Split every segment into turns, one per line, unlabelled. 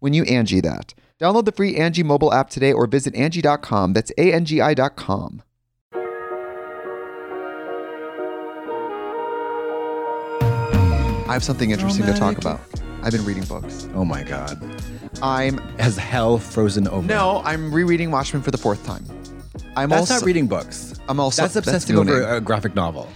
when you Angie that. Download the free Angie mobile app today or visit Angie.com. That's A-N-G-I dot com. I have something interesting to talk about. I've been reading books.
Oh my god.
I'm
Has hell frozen over?
no, I'm rereading Watchmen for the fourth time. I'm
That's
also
not reading books.
I'm also
That's obsessing
gooning.
over a graphic novel.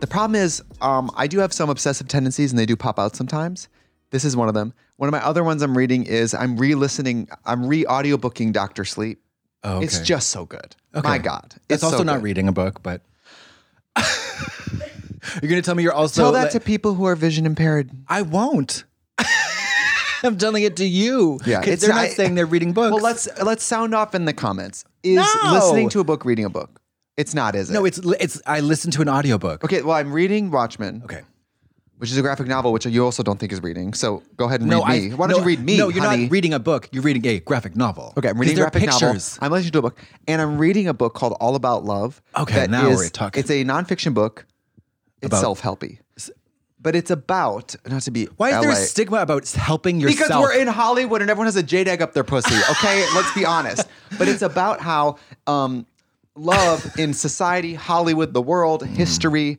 The problem is, um, I do have some obsessive tendencies, and they do pop out sometimes. This is one of them. One of my other ones I'm reading is I'm re-listening, I'm re-audiobooking Doctor Sleep.
Oh, okay.
It's just so good.
Okay.
My God,
That's also not
reading.
reading a book, but you're gonna tell me you're also.
Tell that to people who are vision impaired.
I won't. I'm telling it to you.
Yeah,
'Cause
it's
they're
not-
not saying they're reading books.
Well, let's let's sound off in the comments. Is
No!
listening to a book reading a book? It's not, is it?
No, it's it's. I listened to an audiobook.
okay. Well, I'm reading Watchmen,
Okay.
which is a graphic novel, which you also don't think is reading. So go ahead and
No,
read me.
I.
Why don't
no,
you read me?
No, you're
honey?
not reading a book. You're reading a graphic novel.
Okay, I'm
'Cause
reading a
they're
graphic
pictures.
novel. I'm listening to a book, and I'm reading a book called All About Love.
Okay,
that
now
is-
we're talking.
It's a nonfiction book. It's
About-
self-helpy, but it's about not to be.
Why is there a
LA.
stigma about helping yourself?
Because we're in Hollywood and everyone has a JDAG up their pussy. Okay, let's be honest. But it's about how um, love in society, Hollywood, the world, history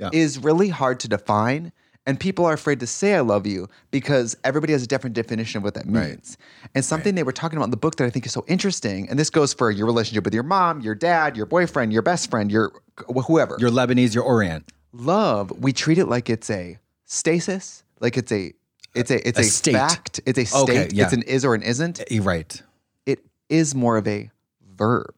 Mm-hmm. Yeah.
is really hard to define. And people are afraid to say "I love you" because everybody has a different definition of what that means. And something they were talking about in the book that I think is so interesting, and this goes for your relationship with your mom, your dad, your boyfriend, your best friend, your wh- whoever
You're Lebanese. You're Orient.
love we treat it like it's a stasis like it's a it's a it's a,
A state.
fact it's a state
Okay, yeah. Eh.
it's an is or an isn't
You're right.
it is more of a verb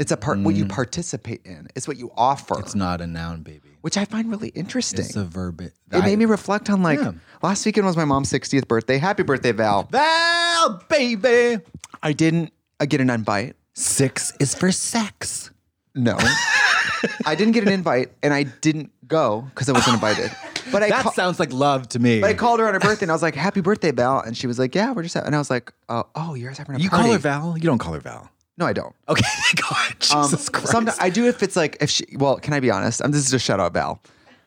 it's a part what you participate in it's what you offer
Mm. It's not a noun, baby.
which i find really interesting
It's a verb. It
it made me reflect on like
Yeah.
last weekend was my mom's 60th birthday happy birthday val
Val, baby.
i didn't uh, get an invite
Six is for sex.
no i didn't get an invite and i didn't go because i wasn't invited but i
That
ca-
sounds like love to me.
But I called her on her birthday and I was like, "Happy birthday, Val!" And she was like, "Yeah, we're just," ha-" and I was like, "Oh, oh you're having a
you
party."
call her Val. You don't call her Val.
No, I don't.
Okay, God,
Um,
Jesus Christ.
Sometimes I do if it's like if she. Well, can I be honest? Um, this is a shout out, Val.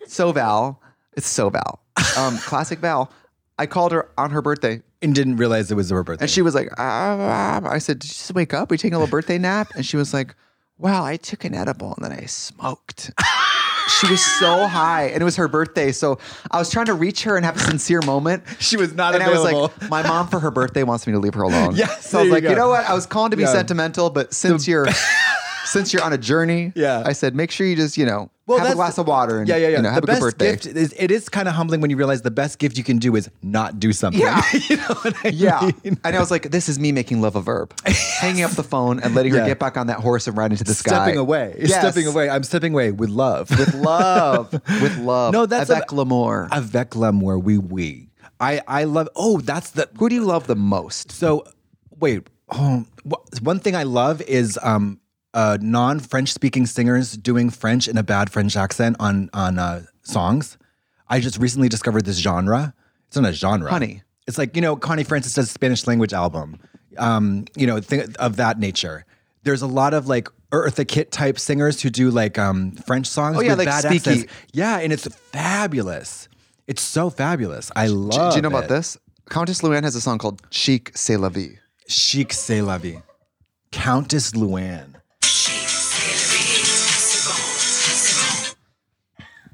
So Val, it's so Val. Um, classic Val. I called her on her birthday
and didn't realize it was her birthday.
and she was like, "Ah, ah." I said, "Did you just wake up? Are you taking a little birthday nap?" And she was like, "Well, I took an edible and then I smoked." she was so high, and it was her birthday, so I was trying to reach her and have a sincere moment.
She was not
and I was
available.
like, "My mom for her birthday wants me to leave her alone."
Yes,
so I was
there you
like, "You
go.
know what? I was calling to be
Yeah.
sentimental, but since you're." Since you're on a journey,
Yeah.
I said make sure you just you know have a
that's-
glass of water and
yeah, yeah, yeah.
you know,
the
have a
best
good birthday.
gift is it is kind of humbling when you realize the best gift you can do is not do something.
Yeah.
you know what I
Yeah.
mean?
And I was like, this is me making love a verb. Hanging up the phone and letting her
Yeah.
get back on that horse and ride into the sky.
Stepping away.
Yes.
Stepping away. I'm stepping away with love.
With love. With love.
No, that's a-
Avec l'amour.
Avec l'amour, oui, oui. I, I love, oh, that's the,
Who do you love the most?
So, wait. Um, wh- one thing I love is um, uh, non-French speaking singers doing French in a bad French accent on on uh, songs. I just recently discovered this genre. It's not a genre,
Honey.
It's like you know Connie Francis does Spanish language album. Um, you know, thing of that nature. There's a lot of like Eartha Kitt type singers who do like um, French songs.
Oh, yeah,
with
like
bad
Speaky.
accents. Yeah, and it's fabulous. It's so fabulous. I
Do, do
love.
you know about
it.
this? Countess Luann has a song called Chic C'est la vie.
Chic c'est la vie. Countess Luann.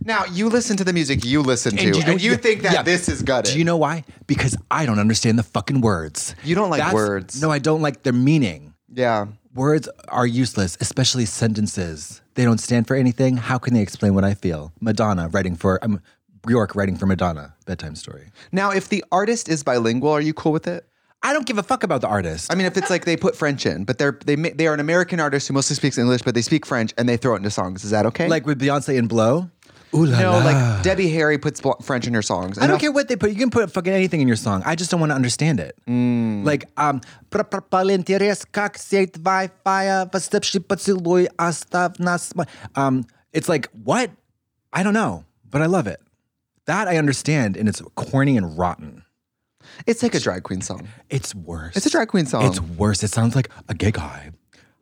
Now, you listen to the music you listen to,
do you know-
and you think that
yeah.
this is gutted.
Do you know why? Because I don't understand the fucking words.
You don't like words.
No, I don't like their meaning.
yeah.
Words are useless, especially sentences. They don't stand for anything. How can they explain what I feel? Madonna writing for um, Bjork writing for Madonna bedtime story.
Now, if the artist is bilingual, are you cool with it?
I don't give a fuck about the artist.
I mean, if it's like they put French in, but they're they ma- they are an American artist who mostly speaks English, but they speak French and they throw it into songs. Is that okay?
like with Beyonce and Blow. Ooh la
no,
la.
like Debbie Harry puts bl- French in her songs.
I
And
don't
I'll-
care what they put. You can put fucking anything in your song. I just don't want to understand it. Like um, «Пропалентирес, как сеть Wi-Fi, восставший поцелуй, оставь нас см-» um, it's like what? I don't know, but I love it. That I understand, and it's corny and rotten.
It's like a drag queen song.
It's worse.
It's a drag queen song.
It's worse. It sounds like a gay guy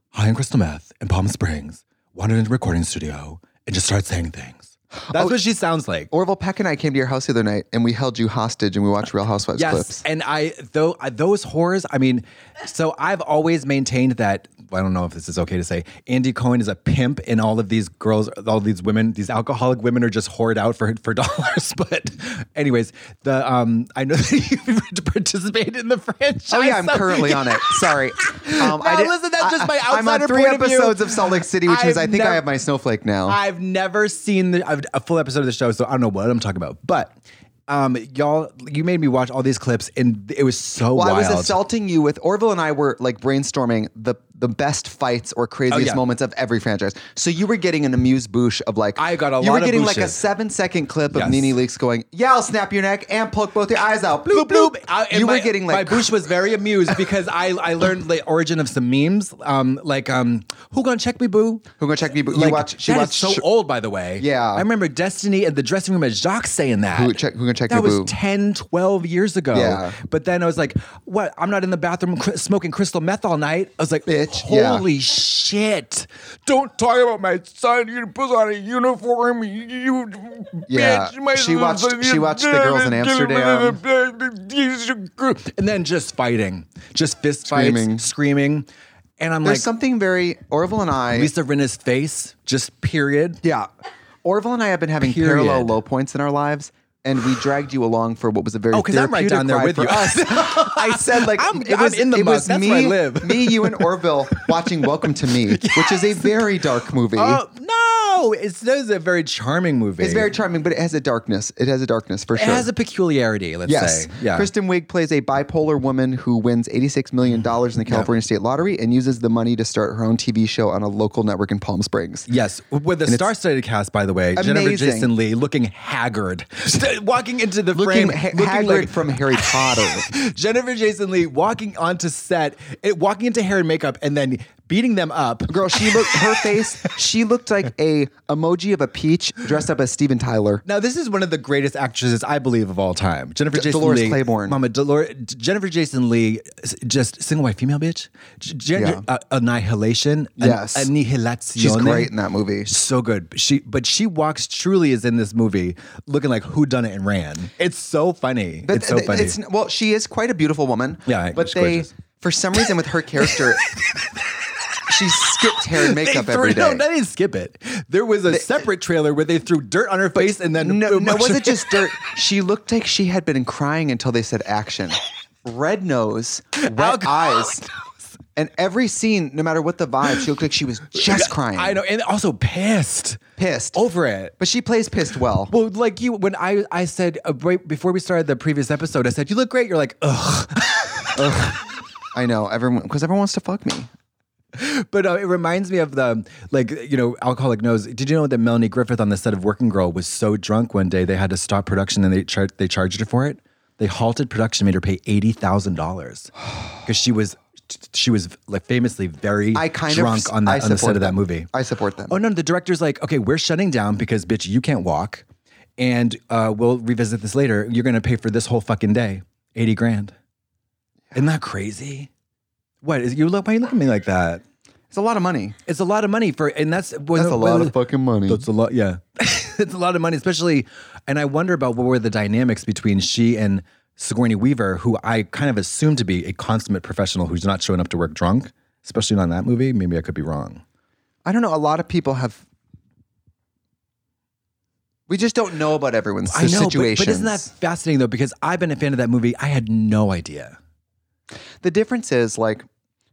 high on crystal meth in Palm Springs wandered into a recording studio and just started saying things. Oh. That's what she sounds like.
Orville Peck and I came to your house the other night and we held you hostage and we watched Real Housewives
Yes,
clips.
and I though I- those horrors. I mean, so I've always maintained that I don't know if this is okay to say. Andy Cohen is a pimp, and all of these girls, all these women, these alcoholic women, are just whored out for for dollars. But, anyways, the um, I know that you participated in the franchise.
Oh yeah, I'm
so-
currently on it. Sorry. Um,
No,
did-
listen, that's
I-
just my
I- I'm on
outsider
three
point of view.
episodes of Salt Lake City, which means
I've
I think I
nev-
have my snowflake now.
I've never seen the, I've- a full episode of the show, so I don't know what I'm talking about. But um, y'all, you made me watch all these clips, and it was so
well,
wild.
I was assaulting you with Orville and I were like brainstorming the the best fights or craziest
Oh, yeah.
moments of every franchise. So you were getting an amuse bouche of like
I got a
you
lot
were
of
getting like a
bouches.
seven second clip of
Yes.
Nene Leaks going, "Yeah, I'll snap your neck and poke both your eyes out." Bloop bloop.
I- and
you
my-
were getting like
my bush was very amused because I I learned the origin of some memes, um, like um, who gonna check me, boo?
who gonna check me? But you
Like,
watch. She
that is
watched.
so old, by the way.
Yeah.
I remember Destiny in the dressing room at Jacques saying that.
Who check- who gonna check
That
me,
was
boo?
10, 12 years ago.
Yeah.
But then I was like, what? I'm not in the bathroom cr- smoking crystal meth all night. I was like,
Bitch, yeah.
holy shit. Don't talk about my son. You put on a uniform. You,
Yeah.
bitch. My
She watched- she watched the girls in Amsterdam.
And then just fighting, just fist
Screaming.
fights, screaming. And I'm
there's
like,
something very Orville and I.
Lisa Rinna's face, just period.
Yeah. Orville and I have been having
Period.
parallel low points in our lives, and we dragged you along for what was a very
Oh, 'cause I'm right
therapeutic
down there
ride
with
for
you.
Us. I said like
I'm-
it
I'm
was
in the
it
mug.
was
That's
me,
where I live.
me, you, and Orville watching Welcome to Me, which is a very dark movie.
Oh no! It's that is a very charming movie.
it's very charming, but it has a darkness. It has a darkness for
It
sure.
has a peculiarity. Let's
Yes.
say. Yeah.
Kristen Wiig plays a bipolar woman who wins $86 million in the
Mm,
California State Lottery and uses the money to start her own TV show on a local network in Palm Springs.
Yes, with a star-studded cast, by the way, Jennifer
Amazing.
Jason Lee looking haggard, walking into the
Looking,
frame,
ha-
looking
Hagrid
like-
from Harry Potter.
Jennifer Jason Lee walking onto set, it, walking into hair and makeup, and then beating them up.
Girl, she looked her face. She looked like a emoji of a peach dressed up as Steven Tyler.
Now, this is one of the greatest actresses, I believe, of all time. Jennifer Jason
Dolores
Lee.
Claiborne.
Mama, Dolores, Jennifer Jason Lee, s- just single white female bitch. J- Jen-
Yeah.
uh, annihilation.
Yes.
An- annihilation.
She's great in that movie.
So good. She, but she walks truly is in this movie looking like who done it and ran. It's so funny.
But
it's so
th-
funny.
it's- well, she is quite a beautiful woman.
Yeah,
but
she's
they,
gorgeous.
for some reason, with her character, she skipped hair and
they
makeup
threw,
every
No,
day.
they didn't skip it. There was a separate trailer where they threw dirt on her face and then
No, no, was it just dirt? She looked like she had been crying until they said action. Red nose, wet
Alcoholic
eyes. And every scene, no matter what the vibe, she looked like she was just crying.
I know, and also pissed,
Pissed.
over it.
But she plays pissed well.
Well, like you, when I I said uh, right before we started the previous episode, I said you look great. You're like ugh,
I know everyone because everyone wants to fuck me.
but uh, it reminds me of the like you know alcoholic nose. Did you know that Melanie Griffith on the set of Working Girl was so drunk one day they had to stop production and they char- they charged her for it. They halted production, made her pay eighty thousand dollars because she was she was like famously very
I kind of
drunk
s-
on,
I
that, on the set
support
of that
them.
movie.
I support them.
Oh no, the director's like, okay, we're shutting down because bitch, you can't walk, and uh, we'll revisit this later. You're gonna pay for this whole fucking day, eighty grand. Isn't that crazy? What is you look? Why are you looking at me like that?
It's a lot of money.
It's a lot of money for, and that's
That's a lot of fucking money.
That's a lot. Yeah, it's a lot of money, especially. And I wonder about what were the dynamics between she and Sigourney Weaver, who I kind of assume to be a consummate professional who's not showing up to work drunk, especially not in that movie. Maybe I could be wrong.
I don't know. A lot of people have. We just don't know about everyone's
I know, but-
situations.
But, isn't that fascinating though? Because I've been a fan of that movie. I had no idea.
the difference is like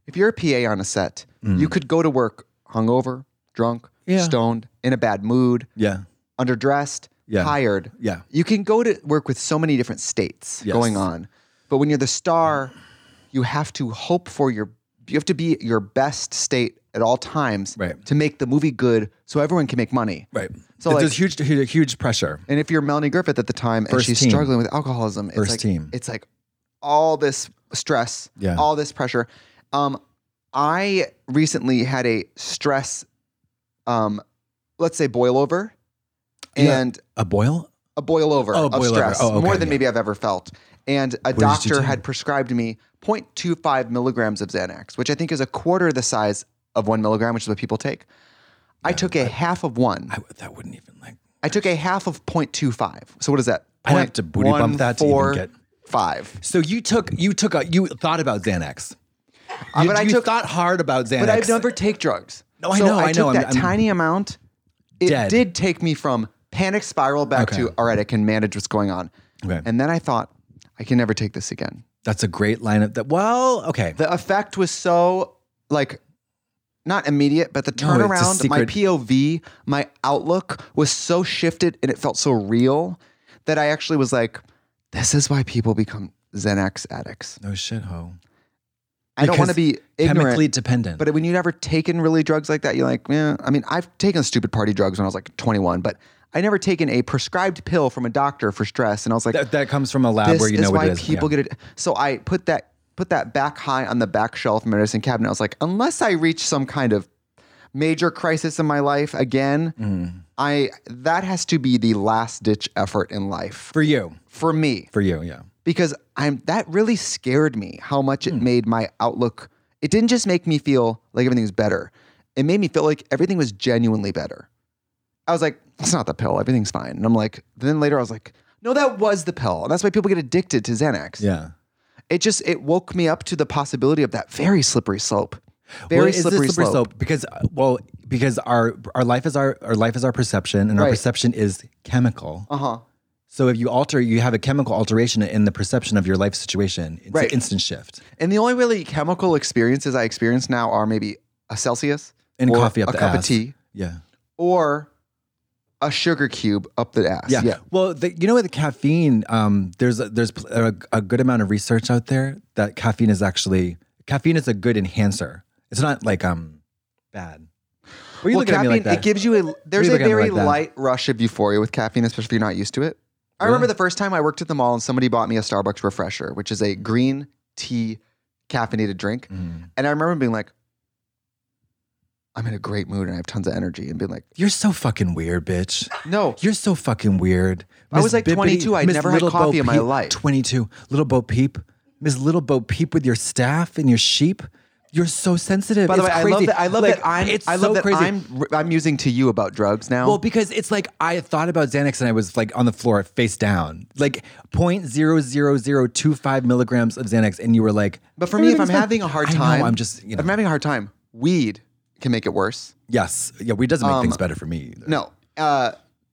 if you're a PA on a set, you could go to work hungover, drunk,
Mm. Yeah.
stoned, in a bad mood,
Yeah,
underdressed,
Yeah.
tired.
yeah,
You can go to work with so many different states
Yes.
going on. But when you're the star, you have to hope for your you have to be at your best state at all times
Right.
to make the movie good so everyone can make money.
right.
So,
So
like-
there's huge, huge, huge pressure.
And if you're Melanie Griffith at the time and
First
she's
team.
struggling with alcoholism, it's
First
like,
team.
It's like all this stress,
Yeah.
all this pressure. Um, I recently had a stress, um, let's say boil over,
Yeah.
and
A boil?
a boil over
Oh,
of
boil over.
stress,
Oh, okay,
more than
yeah.
maybe I've ever felt. And a
did you
doctor
do?
had prescribed me 0.25 milligrams of Xanax, which I think is a quarter the size of one milligram, which is what people take. I took a half of one.
I, that wouldn't even like.
I took a half of 0.25. So what is that?
I'd have to booty bump that to even
0.145.
So you took you took a you thought about Xanax. You,
but I
you
took-
thought hard about Xanax.
But I've never take drugs.
No, I
so
know, I
took
know. I'm-
that
I'm-
tiny amount. It
Dead.
did take me from panic spiral back
Okay.
to all right, I can manage what's going on.
Okay.
And then I thought I can never take this again.
That's a great lineup. That well, okay.
The effect was so like not immediate, but the turnaround, my
secret-
POV, my outlook was so shifted and it felt so real that I actually was like, this is why people become Xanax addicts.
no shit, ho.
I don't want to
Because
be ignorant.
Chemically dependent.
But when you've never taken really drugs like that, you're like, yeah. I mean, I've taken stupid party drugs when I was like 21, but I never taken a prescribed pill from a doctor for stress. And I was like,
that, that comes from a lab
this
where you
is
know
why
what it is.
people get it. So I put that put that back high on the back shelf in my medicine cabinet. I was like, unless I reach some kind of major crisis in my life again,
Mm.
I that has to be the last ditch effort in life
for you.
for me
For you, yeah.
because I'm that really scared me how much it
Hmm.
made my outlook. It didn't just make me feel like everything was better. It made me feel like everything was genuinely better. I was like, it's not the pill, everything's fine. And I'm like, then later I was like, no, that was the pill. And that's why people get addicted to Xanax.
Yeah.
It just it woke me up to the possibility of that very slippery slope. Very
Well, it's a
slippery, slope.
because uh, well because our our life is our our life is our perception and our
Right.
perception is chemical.
Uh-huh.
So if you alter, you have a chemical alteration in the perception of your life situation. It's
Right.
an instant shift.
And the only really chemical experiences I experience now are maybe a Celsius
And
or
coffee up
a
the
cup of
ass.
tea.
Yeah.
or a sugar cube up the ass.
Yeah. Well, the, you know what? The caffeine. Um, there's a, there's pl- a, a good amount of research out there that caffeine is actually caffeine is a good enhancer. It's not like um bad. What are you
well,
looking at me
caffeine,
like that?
it gives you a there's
you
a
looking at me
very
like that?
light rush of euphoria with caffeine, especially if you're not used to it. I remember the first time I worked at the mall and somebody bought me a Starbucks refresher, which is a green tea caffeinated drink.
Mm.
And I remember being like, I'm in a great mood and I have tons of energy and being like,
You're so fucking weird, bitch.
no,
You're so fucking weird.
I was like 22. I'd
Miss
never had
Little Bo
coffee in my
Peep-
life.
22. Little Bo Peep. Miss Little Bo Peep with your staff and your sheep. You're so sensitive.
by the
It's
way, I love
crazy.
that I love
Like,
that I'm
It's
I love
so
that
crazy.
I'm I'm using to you about drugs now.
Well, because it's like I thought about Xanax and I was like on the floor face down, like 0.00025 milligrams of Xanax, and you were like,
but for me, if I'm
"Everything's fine."
having a hard
I know,
time,
I'm just you
if I'm
know,
having a hard time, weed can make it worse.
yes, yeah, we doesn't make
Um,
things better for me. Either.
No, uh,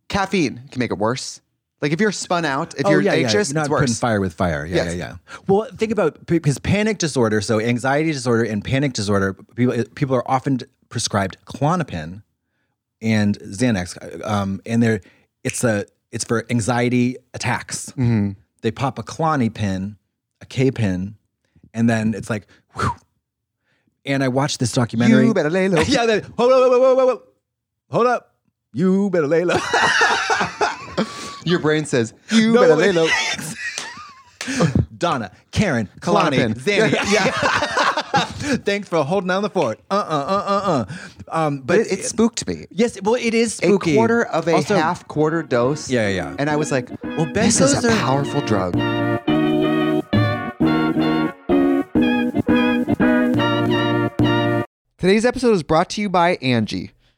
caffeine can make it worse. Like if you're spun out, if
Oh,
you're
yeah, yeah,
anxious,
you're not
it's
putting
worse.
fire with fire. Yeah,
Yes.
yeah, yeah. Well, think about because panic disorder, so anxiety disorder and panic disorder, people eh, people are often prescribed Clonopin and Xanax, um, and they're it's a it's for anxiety attacks.
Mm-hmm.
They pop a Clonopin, a K pin, and then it's like, whew. and I watched this documentary.
You better lay low.
yeah, they, hold up, hold up, hold up, hold up. You better lay low.
Your brain says you
No,
better lay
wait.
low.
Donna, Karen, Kalani,
Klonopin.
Zanny.
Yeah,
Thanks for holding down the fort. Uh uh uh uh uh. Um,
But
but,
it, it spooked me.
yes, well, it is
A
spooky.
quarter of a
Also-
half quarter dose.
Yeah, yeah, yeah.
And I was like,
Well,
this is
benzos
a
are-
powerful drug. Today's episode is brought to you by Angie.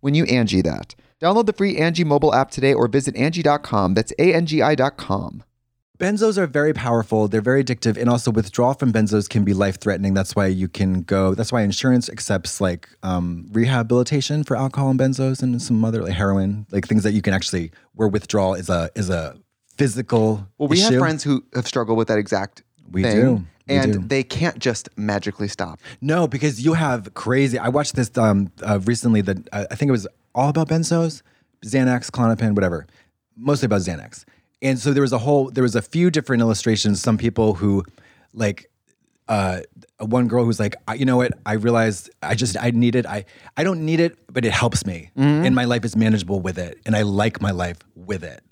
when you Angie that. Download the free Angie mobile app today or visit Angie.com. That's A-N-G-I dot com.
Benzos are very powerful. They're very addictive, and also withdrawal from benzos can be life threatening. That's why you can go. That's why insurance accepts like um, rehabilitation for alcohol and benzos and some other like heroin, like things that you can actually where withdrawal is a is a physical.
Well, we have
issue.
friends who have struggled with that exact
We
thing.
do. We
and
do.
they can't just magically stop.
No, because you have crazy. I watched this um, uh, recently. That uh, I think it was all about benzos, Xanax, Clonopin, whatever. Mostly about Xanax. And so there was a whole. There was a few different illustrations. Some people who, like, uh, one girl who's like, I, you know what? I realized I just I need it. I I don't need it, but it helps me, and my life is manageable with it, and I like my life with it.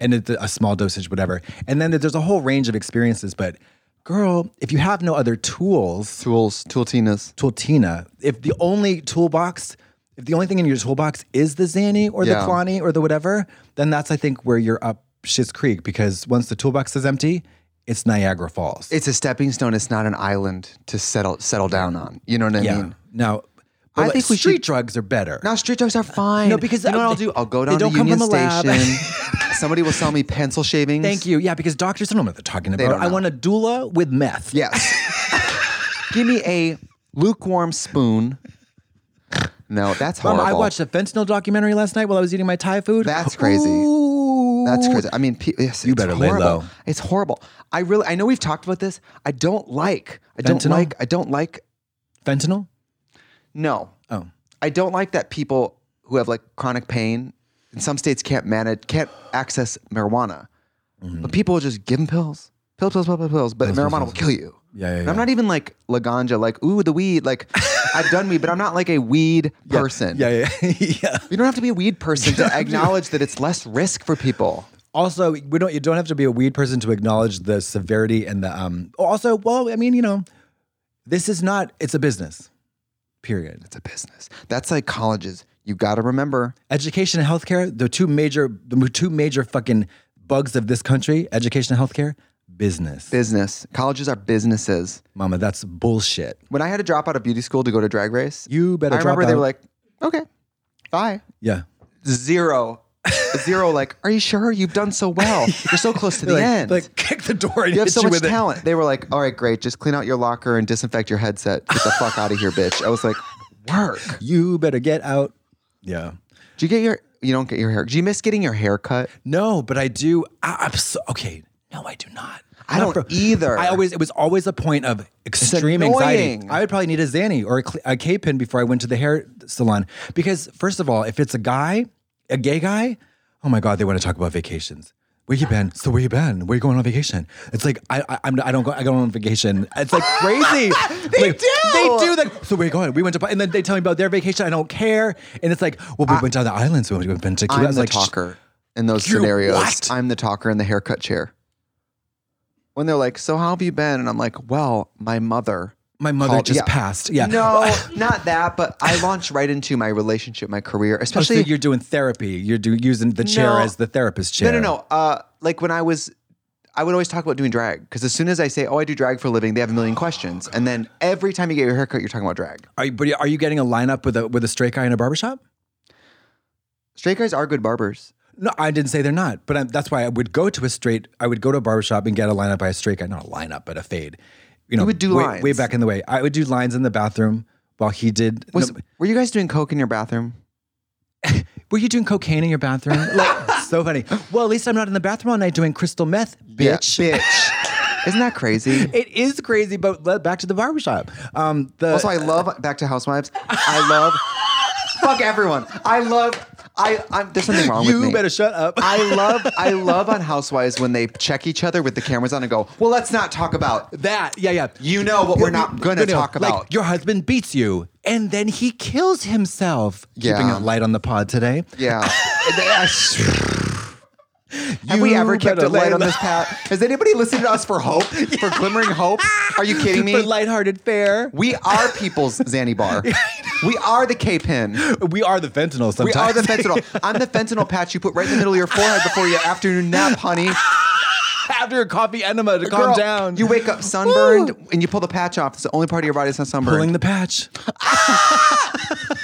And it's a small dosage, whatever. And then there's a whole range of experiences. But girl, if you have no other tools,
Tools, tool tinas.
Tultina. If the only toolbox, if the only thing in your toolbox is the Xanny or
Yeah.
the Klani or the whatever, then that's I think where you're up Shit's Creek because once the toolbox is empty, it's Niagara Falls.
It's a stepping stone. It's not an island to settle settle down on. You know what I
yeah.
mean?
Now, but
I
like,
think we
street
should-
drugs are better.
Now street dogs are fine.
No, because
you know what
uh,
I'll do? I'll go
they
down to
don't come
Union
from a lab.
Station. Somebody will sell me pencil shavings.
Thank you. Yeah, because doctors don't know what they're talking about.
don't
I
know.
want a doula with meth.
Yes. Give me a lukewarm spoon. No, that's
Um,
horrible.
I watched a fentanyl documentary last night while I was eating my Thai food.
That's crazy.
Ooh.
That's crazy. I mean, pe- yes, you it's
better lay
horrible.
low.
It's horrible. I really, I know we've talked about this. I don't like. I don't
Fentanyl?
like. I don't like.
Fentanyl?
No,
Oh.
I don't like that people who have like chronic pain in some states can't manage, can't access marijuana.
Mm-hmm.
But people will just give them pills, pills, pills, pills, pills, pills. But marijuana will kill you.
Yeah, yeah,
And I'm
yeah.
not even like La Ganja, like ooh the weed. Like I've done weed, but I'm not like a weed person.
Yeah, yeah, yeah.
You don't have to be a weed person to acknowledge that it's less risk for people.
Also, we don't. You don't have to be a weed person to acknowledge the severity and the. Um. Also, well, I mean, you know, this is not. It's a business. Period.
It's a business. That's like colleges. You got to remember.
Education and healthcare, the two major, the two major fucking bugs of this country: education and healthcare, business.
Business. Colleges are businesses.
Mama, that's bullshit.
When I had to drop out of beauty school to go to drag race,
You better.
I remember
drop
they
out.
were like, okay, bye.
yeah.
Zero. Zero, like, are you sure? You've done so well. You're so close to the
Like,
end.
like kick the door and
you have
hit
so
you
much
with it.
talent. They were like, all right, great. Just clean out your locker and disinfect your headset. Get the fuck out of here, bitch. I was like, work.
You better get out. Yeah.
Do you get your, you don't get your hair. Do you miss getting your hair cut?
No, but I do. I, I'm so, okay. No, I do not.
I don't either.
I always. It was always a point of extreme anxiety.
annoying.
I would probably need a Zanny or a, cl- a K pin before I went to the hair salon because, first of all, if it's a guy, a gay guy, oh my god, they want to talk about vacations. Where you been? So where you been? Where you going on vacation? It's like I, I I'm I don't go I go on vacation. It's like crazy. they
do.
They do. Like so where you going? We went to Bali," and then they tell me about their vacation. I don't care. And it's like well we went down the islands. We went to Cuba. I
I'm
was
the
like, "Sh-
talker in those
You
scenarios.
what?
I'm the talker in the haircut chair. When they're like, "So how have you been?" and I'm like, "Well, my mother."
My mother
called-
just
yeah.
passed. Yeah.
No, not that. But I launch right into my relationship, my career,
Oh, so
especially.
you're doing therapy. You're do, using the chair
No.
as the therapist chair.
no, no, no. Uh, like when I was I would always talk about doing drag because as soon as I say, "Oh, I do drag for a living," they have a million questions, and then every time you get your haircut, you're talking about drag.
Are you, but are you getting a lineup with a with a straight guy in a barbershop?
Straight guys are good barbers.
No, I didn't say they're not, but i that's why I would go to a straight. I would go to a barbershop and get a lineup by a straight guy, not a lineup, but a fade. You know,
would do
way,
lines.
way back in the way. I would do lines in the bathroom while he did.
Was,
no,
Were you guys doing coke in your bathroom?
were you doing cocaine in your bathroom? Like, so funny. Well, at least I'm not in the bathroom all night doing crystal meth, bitch.
Yeah, bitch. Isn't that crazy?
It is crazy, but le- back to the barbershop. Um, the
Also, I love back to housewives. I love fuck everyone. I love. I I'm, there's something wrong with
you
me.
better shut up.
I love I love on Housewives when they check each other with the cameras on and go, well, let's not talk about.
that yeah yeah.
You know what we're not gonna
No, no,
talk
like,
about.
your husband beats you, and then he kills himself. Keeping
Yeah.
it light on the pod today.
yeah. Have we
You
ever kept
better
it light on
lay-
this path? Has anybody listened to us for hope? For glimmering hope? Are you kidding me?
For lighthearted fare.
we are people's Zanny bar. we are the K pin.
We are the fentanyl
We
sometimes.
are the fentanyl. I'm the fentanyl patch you put right in the middle of your forehead before your afternoon nap, honey.
After a coffee enema to calm
Girl,
down.
You wake up sunburned and you pull the patch off. It's the only part of your body that's not sunburned.
pulling the patch,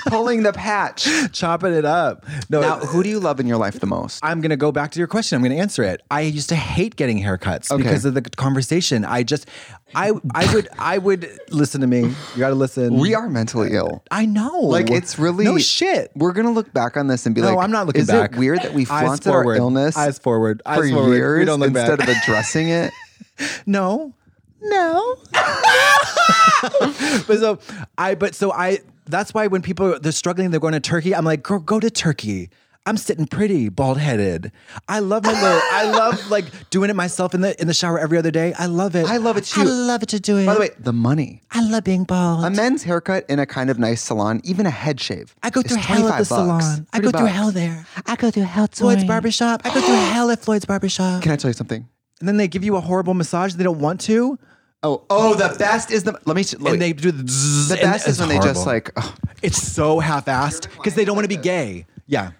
Pulling the patch.
chopping it up. No,
Now, who do you love in your life the most?
I'm gonna go back to your question. I'm gonna answer it. I used to hate getting haircuts
Okay.
because of the conversation. I just, I, I would, I would listen to me. You gotta listen.
We are mentally ill.
I know.
Like it's really
no shit.
We're gonna look back on this and be
No,
like,
I'm not looking
is
back.
Is it weird that we
Eyes
flaunted our
forward.
illness
Eyes forward. Eyes
for
forward. We
years
don't look back.
instead of addressing it?
No. No. but so I but so I that's why when people they're struggling, they're going to Turkey. I'm like, girl, go to Turkey. I'm sitting pretty, bald headed. I love my little I love like doing it myself in the in the shower every other day. I love it.
I love it
I
too.
love it to do it.
By the way, the money.
I love being bald.
A men's haircut in a kind of nice salon, even a head shave.
I go
is
through hell at the
25 bucks,
salon. I
30
go through
bucks.
hell there. I go through hell Floyd's barbershop. I go through hell at Floyd's barbershop.
Can I tell you something?
And then they give you a horrible massage they don't want to.
Oh, oh, the best is the. Let me. Let me
And they do the, zzzz,
the
and
best
it's
is when they just like.
horrible.
oh,
It's so half-assed because they don't want to be gay. Yeah.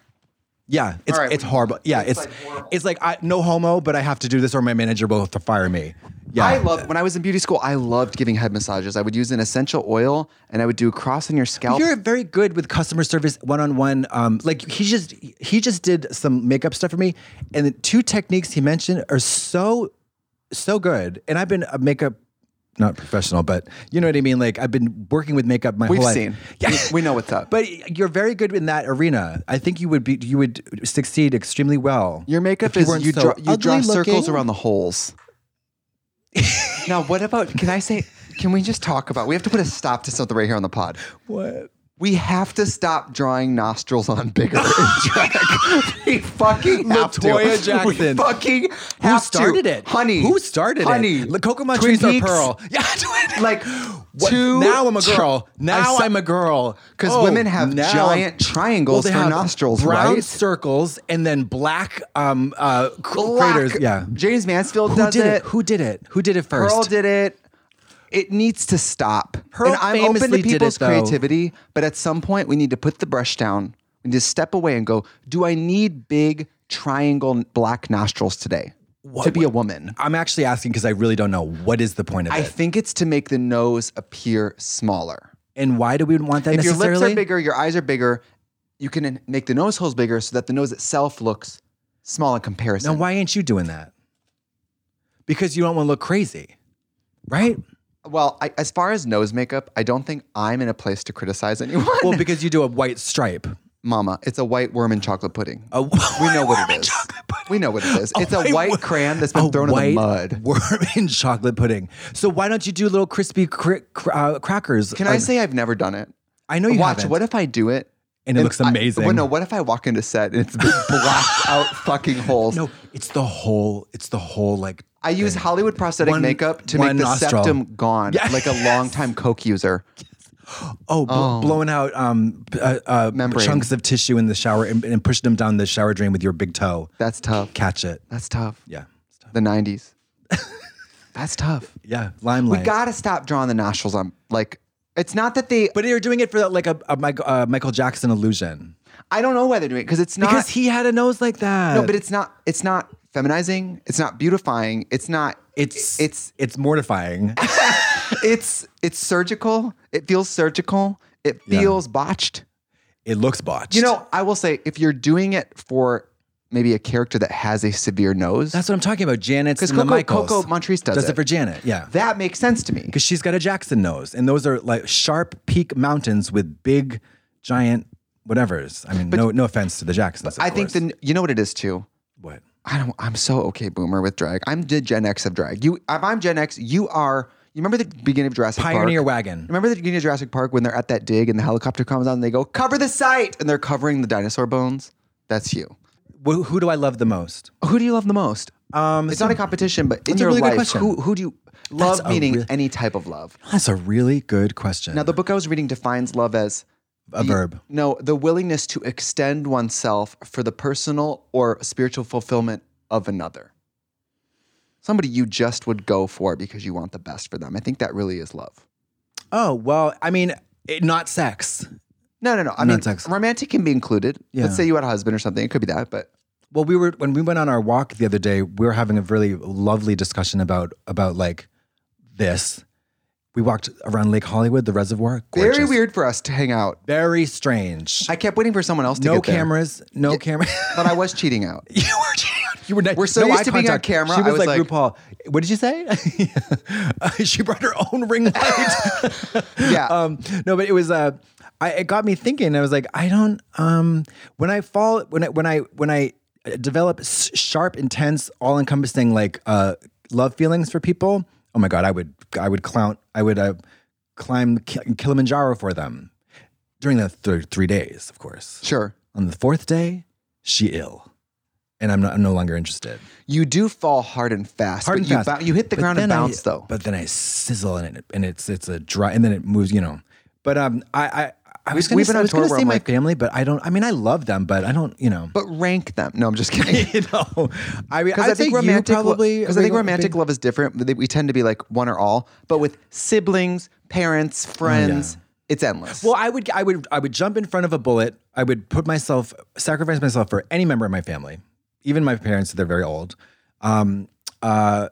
Yeah, it's
All right,
it's
we-
horrible. Yeah, it's
it's
it's
like
like,
horrible.
I no homo, but I have to do this or my manager will have to fire me. Yeah.
I love when I was in beauty school. I loved giving head massages. I would use an essential oil and I would do a cross on your scalp.
You're very good with customer service one-on-one. Um, like he just he just did some makeup stuff for me and the two techniques he mentioned are so so good. And I've been a makeup not professional, but you know what I mean? Like I've been working with makeup my
We've
whole
seen.
life.
We, we know what's up.
But you're very good in that arena. I think you would be you would succeed extremely well.
Your makeup
If you
is
weren't
you draw,
so
you draw
ugly
circles
looking.
around the holes. now, what about? Can I say? Can we just talk about? We have to put a stop to something right here on the pod.
what?
We have to stop drawing nostrils on bigger in drag. We fucking have
LaToya
to.
Jackson.
We fucking
Who
have to.
started it?
honey?
Who started
honey,
it? Honey. Kokomo
Twin
trees are
Peaks.
pearl. Yeah, Twin-
Like
What?
two.
now I'm a girl. Now I'm a girl.
Because
Oh,
women have
now-
giant
Well,
triangles
they
for
have
nostrils,
brown
right?
circles, and then black um uh c-
Black.
craters. Yeah.
James Mansfield
Who
does
did it?
it.
Who did it? Who did it first?
Pearl did it. It needs to stop.
Pearl
and I'm open to
famously did it,
people's
though.
creativity, but at some point we need to put the brush down and just step away and go, do I need big triangle black nostrils today to be a woman?
I'm actually asking because I really don't know what is the point of
I
it,
think it's to make the nose appear smaller.
and why do we want that
If your
necessarily?
lips are bigger, your eyes are bigger, you can make the nose holes bigger so that the nose itself looks small in comparison.
Now, why ain't you doing that? Because you don't want to look crazy, right?
Well, I, as far as nose makeup, I don't think I'm in a place to criticize anyone.
Well, because you do a white stripe.
Mama, it's a white worm and chocolate pudding.
A
We know what it is. We know what it is. It's a white crayon that's been thrown in the mud.
Worm in chocolate pudding. So why don't you do little crispy cr- cr- uh, crackers?
Can I say I've never done it?
I know you
Watch,
haven't.
what if I do it?
And it looks
I-
amazing.
well, no, what if I walk into set and it's big blacked out fucking holes?
no, it's the whole. It's the whole like.
I use Hollywood prosthetic
One-
makeup to
one
make the
nostril.
septum gone,
Yeah.
like a longtime coke user.
Oh, bl- blowing out um, b- uh, uh,
Membrane.
chunks of tissue in the shower and, and pushing them down the shower drain with your big toe.
That's tough.
Catch it.
That's tough.
Yeah.
The 90s. That's tough.
Yeah. Limelight.
We gotta stop drawing the nostrils on. Like, it's not that they.
But they were doing it for like a, a, Michael, uh, Michael Jackson illusion
I don't know why they're doing it because it's not.
because he had a nose like that.
No, but it's not. It's not feminizing. It's not beautifying. It's not.
It's
It's-
it's it's mortifying.
It's it's surgical. It feels surgical. It
Yeah.
feels botched.
it looks botched.
You know, I will say if you're doing it for maybe a character that has a severe nose,
that's what I'm talking about. Janet's
because
and the
Coco,
Michaels
Coco Montrese does,
does
it.
it for Janet. Yeah,
that makes sense to me.
because she's got a Jackson nose, and those are like sharp peak mountains with big, giant whatever's. I mean, no no offense to the Jacksons. of
I think
course.
the you know what it is too.
what
I don't. I'm so okay boomer with drag. I'm the Gen X of drag. You, if I'm Gen X, you are. You remember the beginning of Jurassic Park?
pioneer wagon.
Remember the beginning of Jurassic Park when they're at that dig and the helicopter comes on and they go cover the site and they're covering the dinosaur bones. That's you.
Wh- who do I love the most?
Who do you love the most?
Um,
it's not a competition, but in
that's a
your
really good
life,
question.
who who do you love?
a
meaning
real-
any type of love.
That's a really good question.
Now, the book I was reading defines love as
a verb.
no the willingness to extend oneself for the personal or spiritual fulfillment of another. Somebody you just would go for because you want the best for them. I think that really is love.
Oh well, I mean, it, not sex.
No, no, no. I
Not
mean,
sex.
romantic can be included.
Yeah.
Let's say you had a husband or something. It could be that, but
Well, we were when we went on our walk the other day. We were having a really lovely discussion about about like this. We walked around Lake Hollywood, the reservoir. Gorgeous.
very weird for us to hang out.
Very strange.
I kept waiting for someone else to
no
get there,
cameras. No camera.
but I was cheating out.
you were. cheating on- You were not,
We're so
no
used
eye
to being on
contact.
camera,
She
I
was,
was
like,
like-
RuPaul. What did you say? Uh, she brought her own ring light.
Yeah.
um, no, but it was. Uh, I it got me thinking. I was like, I don't. Um, when I fall, when I when I when I uh, develop s- sharp, intense, all encompassing like uh, love feelings for people. Oh my god, I would I would clown. I would uh, climb Ki- Kilimanjaro for them during the th- three days, of course.
sure.
On the fourth day, she ill, and I'm not. I'm no longer interested.
You do fall hard and fast.
Hard
but
and
you,
fast.
bou- you hit the
But
ground and
then I-
bounce, though.
But then I sizzle and it and it's it's a dry and then it moves, you know. But um, I I, I was gonna,
we've been
I
on
was
tour
gonna
where
say
I'm
my
like-
family, but I don't. I mean, I love them, but I don't, you know.
But rank them. No, I'm just kidding.
you know, I mean,
Because I think
you
romantic,
probably
because I think
would
romantic
be-
love is different. They- We tend to be like one or all, but with siblings, parents, friends, it's endless.
Well, I would I would I would jump in front of a bullet. I would put myself sacrifice myself for any member of my family, even my parents. They're very old. Um, uh,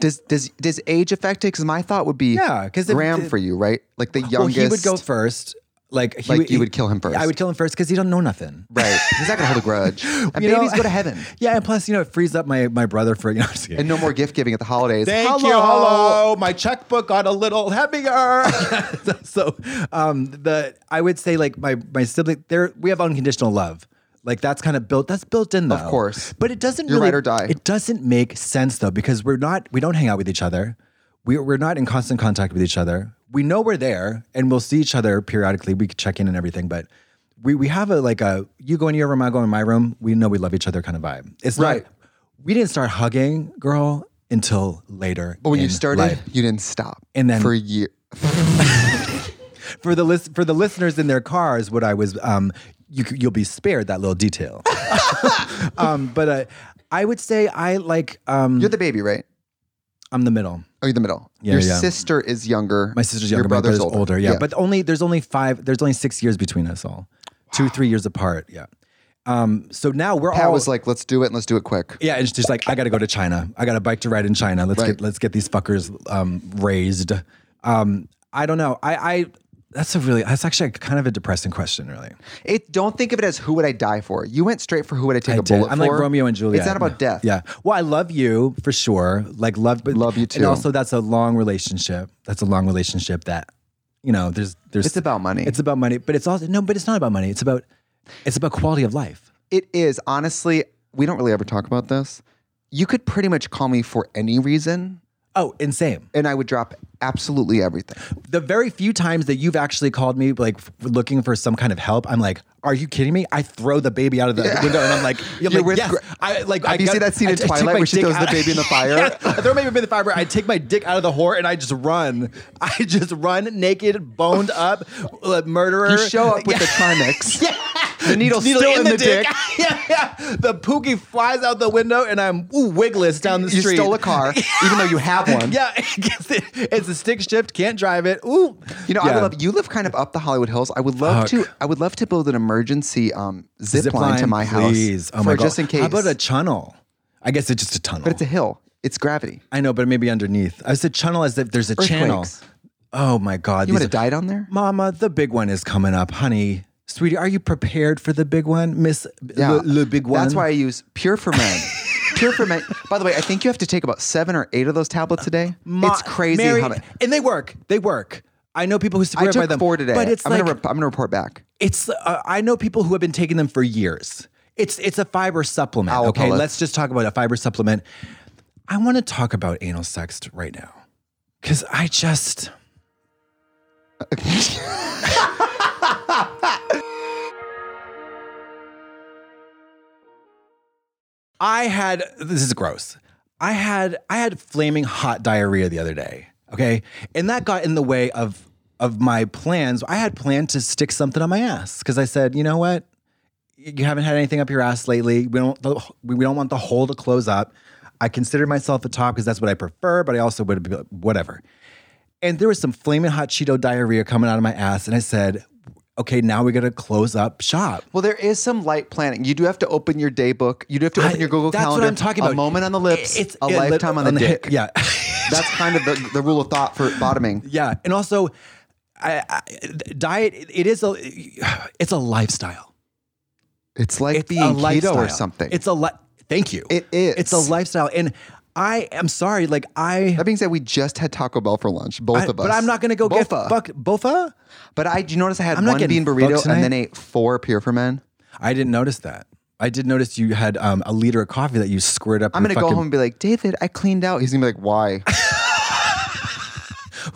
does does does age affect it? Because my thought would be,
Yeah, 'cause if-
Graham for you, right? Like the
well,
youngest.
he would go first. Like, he
Like, you would kill him first.
I would kill him first because he don't know nothing.
right. He's not gonna hold a grudge. And
You know-
babies go to heaven.
Yeah, and plus, you know, it frees up my my brother for you know. I'm just kidding.
And no more gift giving at the holidays. hello.
My checkbook got a little heavier. so, um, the I would say like my my sibling, there we have unconditional love. Like that's kind of built. That's built in though. Of
course.
but it doesn't.
You're
really,
ride or die.
It doesn't make sense though because we're not. We don't hang out with each other. We we're not in constant contact with each other. We know we're there and we'll see each other periodically. We could check in and everything, but. We, we have a like a you go in your room I go in my room we know we love each other kind of vibe it's
Right.
not we didn't start hugging, girl, until later.
But Oh, when you
in
started,
life.
you didn't stop.
And then-
for a year.
for the list for the listeners in their cars, what I was, um, you c- you'll be spared that little detail. um, but uh, I would say I like um,
You're the baby, right?
I'm the middle.
Oh, you're the middle.
Yeah,
Your
yeah.
sister is younger.
My sister's younger,
Your
my
brother's, older.
Yeah, but only there's only five. There's only six years between us all, two three years apart. Yeah. Um, so now we're
Pat
all
was like, "Let's do it. and Let's do it quick."
Yeah, and she's like, I gotta go to China. I got a bike to ride in China. Let's
Right.
get let's get these fuckers um, raised. Um, I don't know. I, I that's a really that's actually kind of a depressing question, really.
It don't think of it as who would I die for. You went straight for who would I take a
I did.
bullet
I'm
for.
like Romeo and Juliet.
It's not about death.
Yeah. Well, I love you for sure. Like love, but
Love you
And
too.
also, that's a long relationship. That's a long relationship. That you know, there's there's
It's about money.
It's about money, but it's also no, but it's not about money. It's about it's about quality of life.
It is honestly. We don't really ever talk about this. You could pretty much call me for any reason,
Oh, insane.
and I would drop absolutely everything.
the very few times that you've actually called me like f- looking for some kind of help, I'm like, "Are you kidding me?" I throw the baby out of the window and I'm like, "You're
You're
like,
with
yes,
Gra-
I like."
Have
I
you seen that scene in
I- I take
Twilight
my
where she
dick
throws the
out-
baby in the fire?
Yes, I throw my baby in the fire. I take my dick out of the whore and I just run. I just run naked, boned up, uh, murderer.
You show up with the Timex. The needle's still in, the, dick.
yeah, yeah. The pookie flies out the window and I'm ooh, wigless down the
You
street.
stole a car, even though you have one.
Yeah, it's a stick shift. Can't drive it. Ooh,
You know, I
Yeah.
would love you live kind of up the Hollywood Hills. I would love
Fuck.
to. I would love to build an emergency um, zip, line, to my house
please. Oh
for
my God.
just in case.
How about a channel? I I guess it's just a tunnel.
But it's a hill. It's gravity.
I know, but it may be underneath. I said channel as if there's a channel.
Earthquakes.
Oh my God.
You would
these
have
are-
died on there?
Mama, the big one is coming up, honey. Sweetie, are you prepared for the big one, Miss Le, Le Big One?
That's why I use Pure Ferment. Pure Ferment. By the way, I think you have to take about seven or eight of those tablets a day.
Ma-
it's crazy
Mary-
how many.
And they work. They work. I know people who
I
swear by
took
them.
four today.
But it's
I'm
like
gonna rep- I'm gonna report back.
it's. Uh, I know people who have been taking them for years. It's it's a fiber supplement.
Owl
okay,
pellets.
let's just talk about a fiber supplement. I want to talk about anal sex right now because I just. I had this is gross. I had I had flaming hot diarrhea the other day. Okay. And that got in the way of of my plans. I had planned to stick something on my ass because I said, you know what? You haven't had anything up your ass lately. We don't we don't want the hole to close up. I consider myself the top because that's what I prefer, but I also would be like, whatever. And there was some flaming hot Cheeto diarrhea coming out of my ass. And I said, okay, now we gotta close up shop.
Well, there is some light planning. You do have to open your day book. You do have to open
I-
your Google
that's
Calendar.
what I'm talking about.
A moment on the lips,
It's
a
yeah, lip-
lifetime on the,
hip.
dick.
Yeah,
That's kind of the, the rule of thought for bottoming.
yeah, and also, I, I, diet. It is a, it's a lifestyle.
It's like
It's
being
a
keto
lifestyle
or something.
It's a li- Thank you.
It is.
It's a lifestyle, and I am sorry. Like I,
that being said, we just had Taco Bell for lunch, both
I-
of us.
but I'm not gonna go get
Bofa.
fuck bofa.
But I do you notice I had
I'm not
one
getting
bean
fucked
burrito
tonight.
and then ate four pure for men.
I didn't notice that. I did notice you had um, a liter of coffee that you squirted up.
I'm
your
gonna go
fucking-
home and be like, David, I cleaned out. He's gonna be like, Why?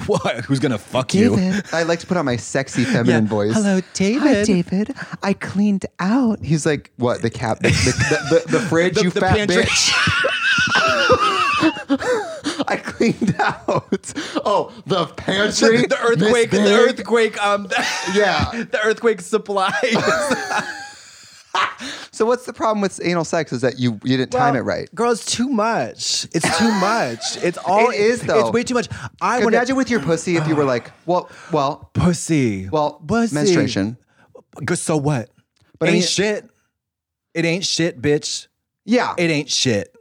What? Who's gonna fuck you?
David. I like to put on my sexy feminine
Yeah.
voice.
Hello,
Hi,
David.
David. I cleaned out. He's like, what? The cap, the, the, the, the, the fridge,
The-
you
the
fat
pantry.
bitch. I cleaned out. Oh, the pantry.
The earthquake,
Miss
the
Big.
earthquake, um,
Yeah.
the earthquake supply.
So what's the problem with anal sex? Is that you you didn't time it
Well,
right?
Girl, it's too much. It's too much. It's all
It is, though.
It's way too much. I would
Imagine with your pussy if you were like, well, well,
pussy.
well,
pussy.
menstruation.
Good, So what?
But
But
I
ain't
mean-
shit. It ain't shit, bitch.
Yeah,
It ain't shit.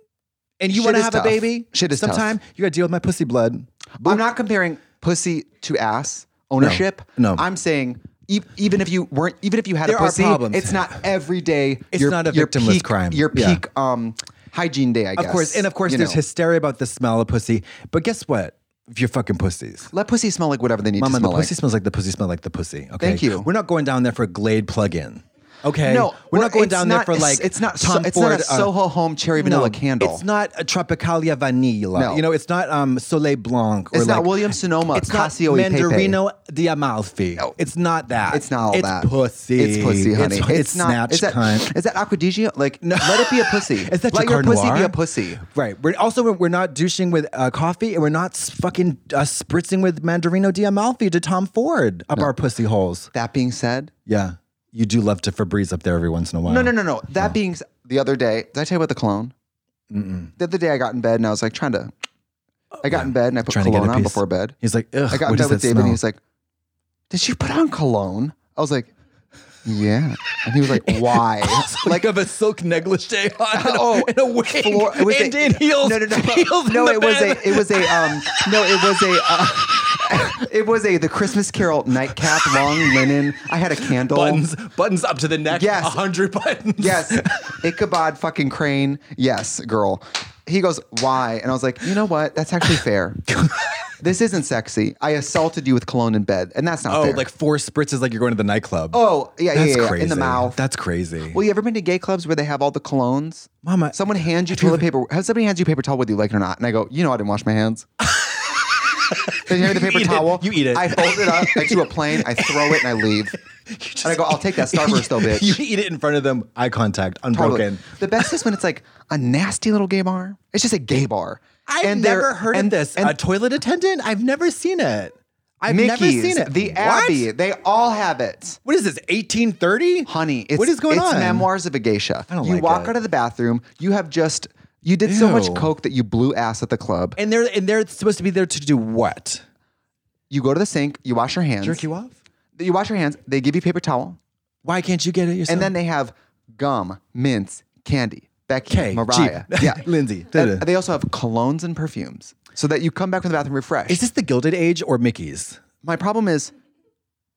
And you
Shit
want to
is
have
tough.
a baby?
Shit is tough.
Sometime you got to deal with my pussy blood.
I'm not comparing pussy to ass ownership.
No.
I'm saying e- even if you weren't, even if you had
There
a
are
pussy,
problems.
it's not every day.
It's not a victimless
peak,
crime.
Your
Yeah.
peak um, hygiene day, I guess.
Of course. And of course,
you
there's
know.
hysteria about the smell of pussy. But guess what? If you're fucking pussies.
Let pussy smell like whatever they need
Mama,
to
the
smell like.
pussy smells like the pussy smell like the pussy. Okay.
Thank you.
We're not going down there for a Glade plug-in. Okay.
No,
we're not going
it's
down
not-
there for
it's-
like
it's not so-
Tom
it's not
Ford. uh,
a Soho Home cherry vanilla candle.
It's not a Tropicalia vanilla.
No.
You know, it's not um Soleil Blanc. Or
It's not
like-
William Sonoma,
It's not
Casio e Pepe.
Mandarino di Amalfi.
No.
It's not that.
It's not all
it's
that.
Pussy.
It's pussy, honey.
It's, it's snatch
Is that,
cunt.
is that Aquadegia? Like, let it be a pussy.
Is that
let your
Jacquard
pussy
Noir?
be a pussy.
Right. We're also we're- we're not douching with uh, coffee, and we're not s- fucking uh, spritzing with Mandarino di Amalfi to Tom Ford up our pussy holes.
That being said,
Yeah, you do love to Febreze up there every once in a while.
No, no, no, no. That being s- the other day, did I tell you about the cologne? The other day, I got in bed and I was like trying to. I got in bed and I put
Trying to get
cologne
a
on
piece.
before bed.
He's like, ugh.
I got
what
in bed
does
with
that
David
smell?
and he's like, "Did you put on cologne?" I was like, "Yeah," and he was like, "Why?"
like of a silk negligee on
Oh,
in a wig,
floor- it was a-
Indian heels.
No, no, no.
heels in
no,
the
it was
bed.
a. It was a. Um, no, it was a. Uh, it was a. The Christmas Carol nightcap, long linen. I had a candle.
buttons, buttons up to the neck.
Yes.
a hundred buttons.
Yes. Ichabod fucking crane. Yes, girl. He goes, why? And I was like, you know what? That's actually fair. this isn't sexy. I assaulted you with cologne in bed, and that's not
Oh,
fair.
like four spritzes, like you're going to the nightclub.
oh, yeah, yeah,
that's
yeah, yeah,
crazy.
in the mouth.
That's crazy.
well, you ever been to gay clubs where they have all the colognes?
Mama,
Someone hands you toilet paper. Have somebody hands you paper towel, whether you like it or not? And I go, you know, I didn't wash my hands. they hand me the paper
eat it.
towel.
You eat it.
I fold it up. I do a plane. I throw it and I leave. and I go, I'll take that Starburst though, bitch.
you eat it in front of them, eye contact, unbroken.
Totally. The best is when it's like a nasty little gay bar. It's just a gay bar.
I've
they're-
never heard
and-
of this.
And
a toilet attendant? I've never seen it. I've never
Mickey's,
seen it.
the
What?
Abbey, they all have it.
What is this? 1830?
Honey, it's,
what is going
it's
on?
memoirs of a geisha.
I don't
you
like
walk
it.
out of the bathroom, you have just, you did so much
Ew.
coke that you blew ass at the club.
And they're and they're supposed to be there to do what?
You go to the sink, you wash your hands.
Jerk you off?
You wash your hands, they give you paper towel,
Why can't you get it yourself?
and then they have gum, mints, candy. Becky,
K,
Mariah.
Cheap.
Yeah.
Lindsay.
And they also have colognes and perfumes so that you come back from the bathroom refreshed.
Is this the Gilded Age or Mickey's?
My problem is,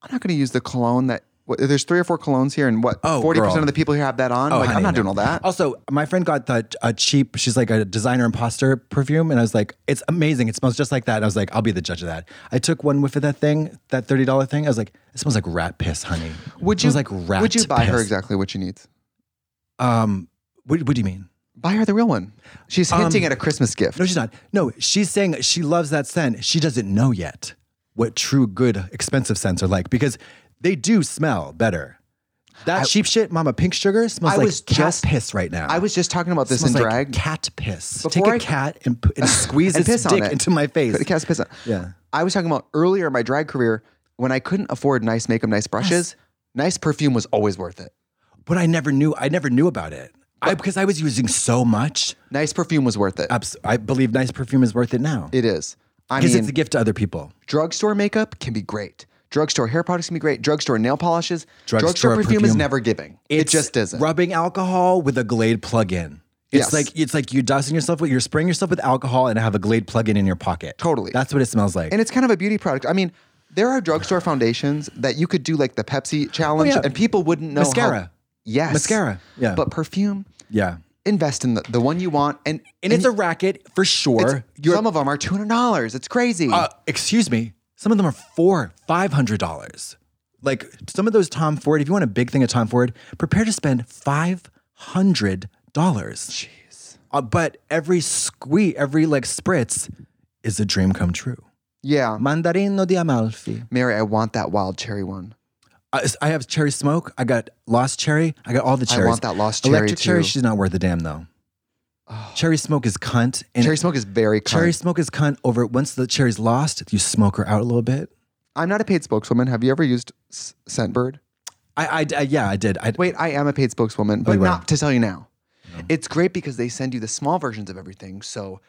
I'm not going to use the cologne that. What, there's three or four colognes here, and what?
Oh,
Forty percent
girl. Oh,
of the people here have that on. like,
honey,
I'm not
no.
doing all that.
Also, my friend got the a cheap. She's like a designer imposter perfume, and I was like, it's amazing. It smells just like that. And I was like, I'll be the judge of that. I took one whiff of that thing, that thirty dollar thing. I was like, it smells like rat piss, honey.
Would
It
you
smells like rat?
Would you buy her
piss.
exactly what she needs?
Um, what, what do you mean?
Buy her the real one. She's hinting at a Christmas gift.
Um, No, she's not. No, she's saying she loves that scent. She doesn't know yet what true, good, expensive scents are like because they do smell better. That cheap shit, Mama Pink Sugar, smells
I
like
was
cat
just-
piss right now.
I was just talking about this in
smells like
drag.
cat piss.
Before
Take a
I-
cat and, p- and squeeze
and
its
piss on
dick
it.
into my face.
But it has piss on.
Yeah.
I was talking about earlier in my drag career when I couldn't afford nice makeup, nice brushes. Nice perfume was always worth it.
But I never knew. I never knew about it I, because I was using so much.
Nice perfume was worth it.
Abs- I believe nice perfume is worth it now
it is. I
Uh, because
mean,
it's a gift to other people.
drugstore makeup can be great. Drugstore hair products can be great. Drugstore nail polishes. Drugstore,
Drugstore
perfume, is
perfume.
never giving. it
It's
just isn't.
Rubbing alcohol with a Glade plug-in. It's
Yes.
like it's like you dousing yourself with you're spraying yourself with alcohol and have a Glade plug-in in your pocket.
Totally.
That's what it smells like.
and it's kind of a beauty product. I mean, there are drugstore foundations that you could do like the Pepsi challenge,
yeah.
and people wouldn't know. how-
Mascara.
yes,
Mascara, yeah.
But perfume,
yeah.
invest in the, the one you want, and
And it's a racket for sure. You're,
some of them are two hundred dollars. It's crazy.
uh, excuse me. Some of them are four, five hundred dollars. Like some of those Tom Ford. If you want a big thing of Tom Ford, prepare to spend five hundred dollars. Jeez. Uh, but every squee, every like spritz, is a dream come true.
yeah,
Mandarino di Amalfi.
Mary, I want that wild cherry one.
I, I have cherry smoke. I got lost cherry. I got all the
I
cherries.
want that lost cherry,
Electric cherry.
too. Oh.
She's not worth a damn though. Cherry smoke is cunt. And
Cherry
cherry,
smoke is very cunt.
smoke is cunt. Over once the cherry's lost, you smoke her out a little bit.
I'm not a paid spokeswoman. Have you ever used S- Scentbird?
I, I, I- yeah, I did. I,
Wait, I am a paid spokeswoman, but
Oh, you are.
not to tell you now. It's great because they send you the small versions of everything, so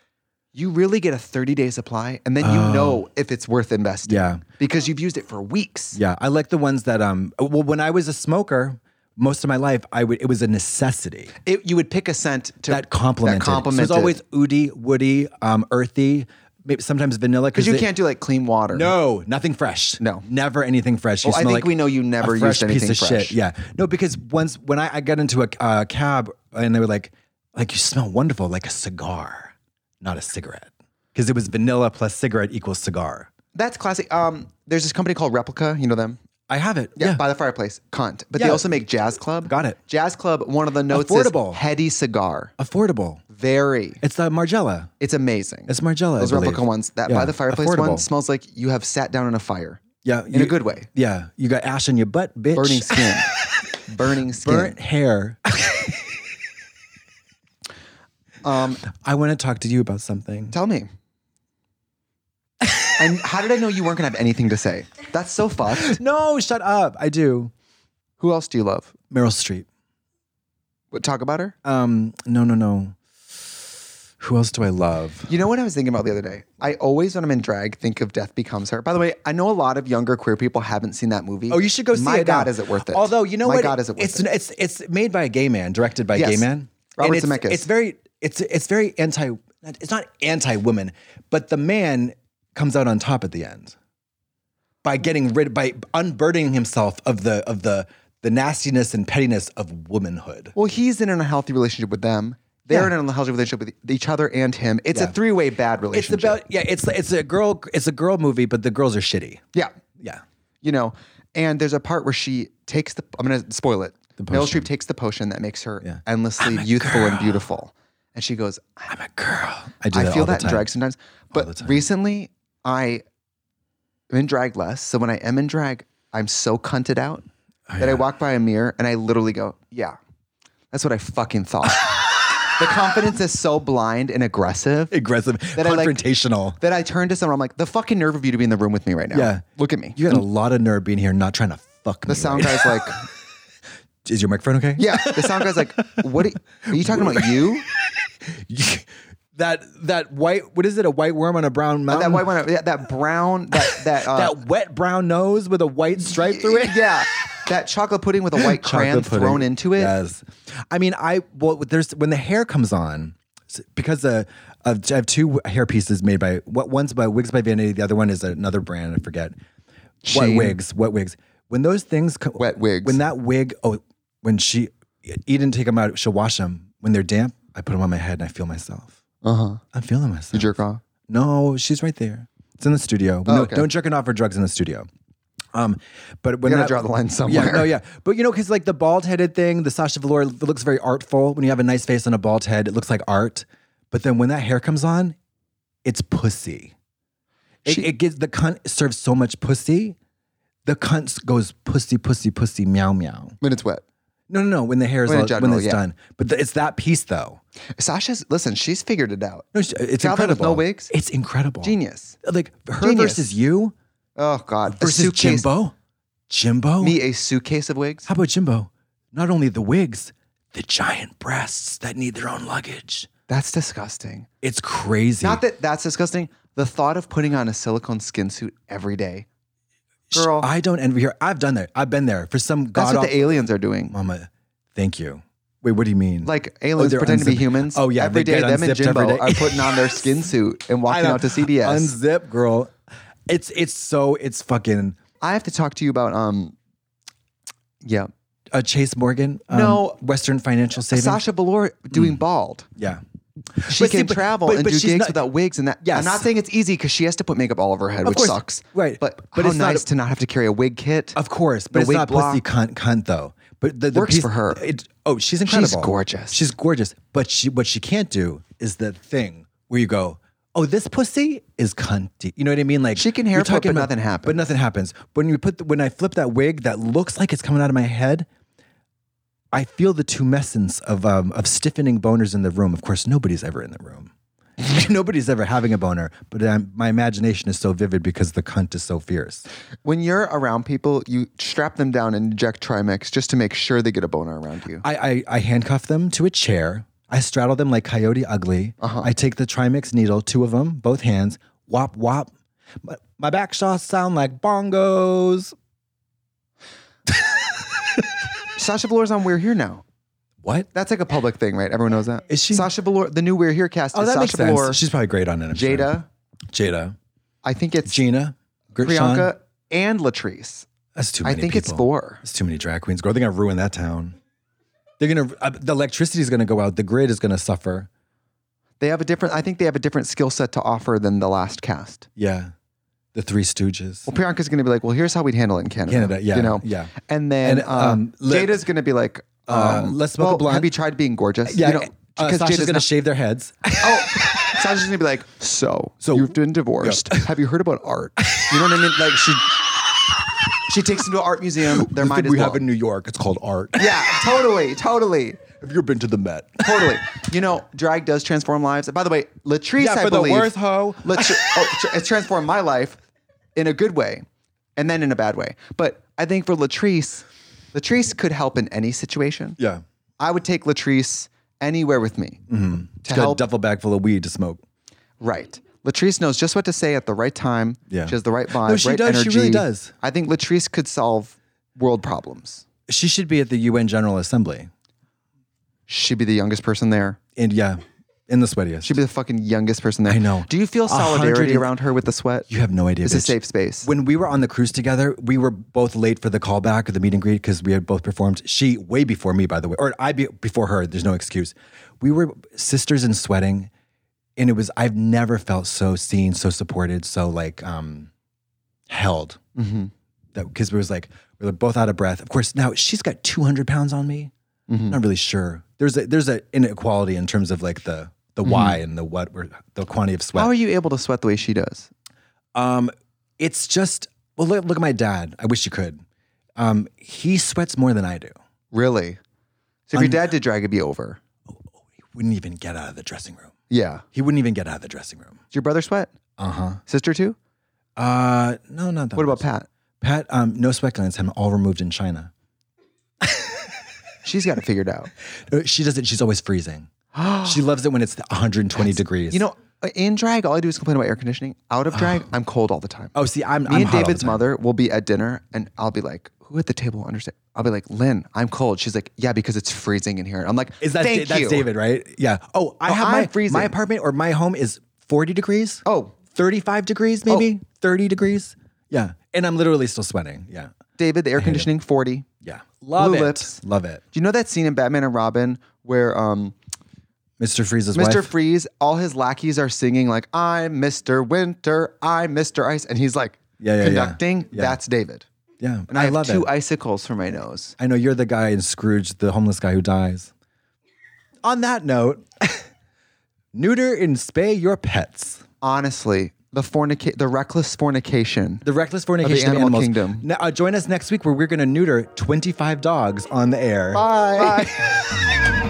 you really get a 30 day supply, and then you know if it's worth investing.
Oh. Yeah.
because you've used it for weeks.
Yeah, I like the ones that um. Well, when I was a smoker, most of my life, I would it was a necessity
It, you would pick a scent to
that complimented.
that complimented.
So it's always oody, woody, um, earthy, maybe sometimes vanilla.
because you
it-
can't do like clean water.
No, nothing fresh.
No.
never anything fresh. You
Well, I
smell
think
like
we know you
a
never
fresh
used anything
piece of
fresh.
Shit. Yeah, no, because once when I, I got into a uh, cab and they were like, like you smell wonderful, like a cigar, not a cigarette, because it was vanilla plus cigarette equals cigar.
that's classic. Um, there's this company called Replica. You know them?
I have it.
Yeah,
Yeah,
by the fireplace, cunt. But they
Yeah.
also make Jazz Club.
Got it.
Jazz Club. One of the notes is
Affordable.
heady cigar.
affordable.
Very.
It's the Margella.
It's amazing.
It's Margella. I
Those
believe.
replica ones. That
Yeah,
by the fireplace one
affordable.
smells like you have sat down in a fire.
Yeah,
in a good way.
Yeah, you got ash in your butt, bitch.
Burning skin. Burning skin.
burnt hair.
Um,
I want to talk to you about something.
tell me. and how did I know you weren't gonna have anything to say? That's so fucked.
No, shut up. I do.
Who else do you love?
Meryl Streep.
What, talk about her.
Um, no, no, no. Who else do I love?
You know what I was thinking about the other day? I always, when I'm in drag, think of Death Becomes Her. By the way, I know a lot of younger queer people haven't seen that movie.
Oh, you should go see
My
it.
God,
now.
is it worth it?
Although you know
My
what,
God, is it worth
it's,
it?
It's it's made by a gay man, directed by a gay
Yes.
man.
Robert
And it's,
Zemeckis.
It's very it's it's very anti. It's not anti woman, but the man comes out on top at the end by getting rid by unburdening himself of the of the the nastiness and pettiness of womanhood.
Well, he's in an unhealthy relationship with them. They're
Yeah.
in an unhealthy relationship with each other and him. It's a
Yeah.
three way bad
It's
relationship.
about yeah. It's it's a girl. It's a girl movie, but the girls are shitty.
yeah.
Yeah.
you know. And there's a part where she takes the. I'm gonna spoil it. Meryl Streep takes the potion that makes her endlessly youthful and beautiful, and she goes, "I,
I'm a girl. I do.
I
That
feel
all the
that in
time.
drag sometimes." But recently, I am in drag less. So when I am in drag, I'm so cunted out
Oh,
that I walk by a mirror and I literally go, "Yeah, that's what I fucking thought." the confidence is so blind and aggressive
aggressive,
I like-
confrontational.
that I turn to someone. I'm like, "The fucking nerve of you to be in the room with me right now."
Yeah.
look at me. Mm.
You got a lot of nerve being here, not trying to fuck me.
the sound
right?
guy's like.
Is your microphone okay?
Yeah, the sound guy's like, "What are, are you talking about? You
that that white. What is it? A white worm on a brown mountain.
that white one? Yeah, that brown that that uh,
That wet brown nose with a white stripe through it.
yeah." that chocolate pudding with a white crayon
Chocolate pudding.
thrown into it.
Yes. I mean, I well, there's when the hair comes on s- because uh, of I have two hair pieces made by what one's by Wigs by Vanity, the other one is another brand I forget.
Sheen.
What wigs? What wigs? When those things co-
Wet wigs.
When that wig oh, when she Eden take them out, she'll wash them. When they're damp, I put them on my head and I feel myself.
Uh huh.
I'm feeling myself.
You jerk off.
No, she's right there. It's in the studio. no,
Oh, okay.
don't jerk it off for drugs in the studio. Um, but when
You gotta
that-
draw the line somewhere.
Yeah, no, yeah. But you know, because like the bald headed thing, the Sasha Velour it looks very artful. When you have a nice face and a bald head, it looks like art. But then when that hair comes on, it's pussy. It,
She-
it gives the cunt serves so much pussy. The cunt goes pussy, pussy, pussy, meow, meow.
When it's wet.
No, no, no. When the hair is
When in
all,
general,
when it's
yeah.
done, but the, it's that piece though.
Sasha's listen. She's figured it out.
No, it's it's
Tell them with
incredible.
no wigs?
It's incredible.
Genius.
Like her
Genius.
versus you.
Oh God. A
versus
suitcase-
Jimbo. Jimbo.
Me a suitcase of wigs.
How about Jimbo? Not only the wigs, the giant breasts that need their own luggage.
That's disgusting.
It's crazy.
Not that that's disgusting. The thought of putting on a silicone skin suit every day.
Sh-
Girl.
I don't envy her. I've done there. I've been there for some
That's
god Oh.
what the aliens are doing.
Mama, thank you. Wait, what do you mean?
Like aliens
Oh, they're
pretend to be
unzipped.
humans.
Oh, yeah,
Every
they
day,
get
them and
unzipped every
Jimbo
day.
are putting on their skin suit and
I
walking
know.
out to CBS.
Unzip, girl. It's it's so it's fucking
I have to talk to you about um. Yeah,
uh, Chase Morgan. um,
No.
Western Financial Savings.
Sasha Velour
Hmm.
doing bald.
Yeah.
She
But see,
can
but-
travel
but-
and
but
do
she's
gigs
not-
without wigs and that. I'm
Yes.
not saying it's easy because she has to put makeup all over her head, which
course.
sucks.
Right.
But,
But
how
it's not
nice
a-
to not have to carry a wig kit.
Of course, but
The
it's
wig
not pussy cunt, cunt though. But the, the
Works
piece-
for her.
It, oh, she's incredible.
gorgeous.
She's gorgeous. But she, what she can't do is the thing where you go, oh, this pussy is cunty. You know what I mean? Like
She can
you're
hair flip,
talking
but
about-
nothing happens.
But nothing happens. When you put the, when I flip that wig that looks like it's coming out of my head. I feel the tumescence of um, of stiffening boners in the room. Of course, nobody's ever in the room. nobody's ever having a boner. But um, my imagination is so vivid because the cunt is so fierce.
When you're around people, you strap them down and inject Trimix just to make sure they get a boner around you.
I, I, I handcuff them to a chair. I straddle them like Coyote Ugly.
Uh-huh.
I take the Trimix needle, two of them, both hands, wop wop. My, my back shots sound like bongos.
Sasha Velour's on We're Here now.
What?
That's like a public thing, right? Everyone knows that.
Is she-
Sasha Velour? The new We're Here cast
Oh,
is
that makes
Sasha
sense.
Velour,
She's probably great on it. I'm sure.
Jada.
Jada,
I think it's
Gina, Gershon.
Priyanka and Latrice.
That's too
I
many
think it's
people.
four.
It's too many drag queens, girl. They're gonna ruin that town. They're gonna. Uh, the electricity is gonna go out. The grid is gonna suffer.
They have a different. I think they have a different skill set to offer than the last cast.
Yeah. The Three Stooges.
Well, Priyanka's going to be like, well, here's how we'd handle it in Canada.
Canada, yeah,
You know?
yeah.
And then
And,
um,
um, let-
Jada's going to be like, um,
Uh, let's smoke a
well,
blunt.
Have you tried being gorgeous?
yeah.
You know,
uh,
because
Sasha's
Jada's
gonna
not-
shave their heads.
oh, Sasha's going to be like, so,
So-
you've been divorced. have you heard about art? You know what I mean? Like she, she takes him to an art museum. Their
The
mind
thing
is
we
blown.
have in New York. It's called art.
yeah, totally, totally.
Have you ever been to the Met?
Totally. You know, drag does transform lives. By the way, Latrice,
Yeah,
I
for the
believe,
worst hoe.
Latri- oh, tr- it's transformed my life in a good way, and then in a bad way. But I think for Latrice, Latrice could help in any situation.
Yeah.
I would take Latrice anywhere with me to
Mm-hmm. Got
help.
a duffel bag full of weed to smoke.
right. Latrice knows just what to say at the right time.
Yeah.
She has the right vibe.
No, she
right
does. She really
energy.
does.
I think Latrice could solve world problems.
She should be at the UN General Assembly.
She'd be the youngest person there.
And yeah, in the sweatiest.
She'd be the fucking youngest person there.
I know.
Do you feel
A hundred
solidarity
and-
around her with the sweat?
you have no idea.
It's a
bitch.
safe space.
When we were on the cruise together, we were both late for the callback or the meet and greet because we had both performed. She way before me, by the way, or I be, before her. There's no excuse. We were sisters in sweating, and it was I've never felt so seen, so supported, so like um held.
Mhm.
That because we was like we were both out of breath. Of course, now she's got 200 pounds on me. Not really sure. There's a there's an inequality in terms of like the the why and the what or the quantity of sweat.
How are you able to sweat the way she does?
Um, it's just well, look, look at my dad. I wish you could. Um, he sweats more than I do.
Really? So if your dad did drag, it'd be over.
He wouldn't even get out of the dressing room.
Yeah.
He wouldn't even get out of the dressing room.
Does your brother sweat?
Uh huh.
Sister too?
Uh, no, not that.
What about
much.
Pat?
Pat? Um, no sweat glands. Him all removed in China.
She's got it figured out.
Uh, She does it. She's always freezing. she loves it when it's 120 degrees.
You know, uh, in drag, all I do is complain about air conditioning. Out of drag, I'm cold all the time.
Oh, see, I'm.
Me
I'm
and
hot all the
David's
time.
mother will be at dinner and I'll be like, who at the table will understand? I'll be like, Lynn, I'm cold. She's like, yeah, because it's freezing in here. And I'm like,
Is that
Thank
Da- that's
you.
David, right? Yeah. Oh, I
No,
have
I'm
my
freezing.
my apartment or my home is 40 degrees.
Oh.
35 degrees maybe, 30 degrees. Yeah. And I'm literally still sweating. Yeah.
David, the air conditioning 40. Do
Yeah. Love
Blue
it.
lips.
Love it.
you know that scene in Batman and Robin where um,
Mr. Freeze's
Mr.
wife.
Freeze, all his lackeys are singing like, I'm Mr. Winter, I'm Mr. Ice. And he's like
Yeah, yeah, yeah.
conducting.
Yeah.
That's David.
yeah.
And I, have
love
two
it.
icicles for my nose.
I know you're the guy in Scrooge, the homeless guy who dies. On that note, neuter and spay your pets.
Honestly, the fornica- the reckless fornication.
The reckless fornication of,
animal
animals.
kingdom.
Now, uh, join us next week where we're going to neuter 25 dogs on the air.
Bye.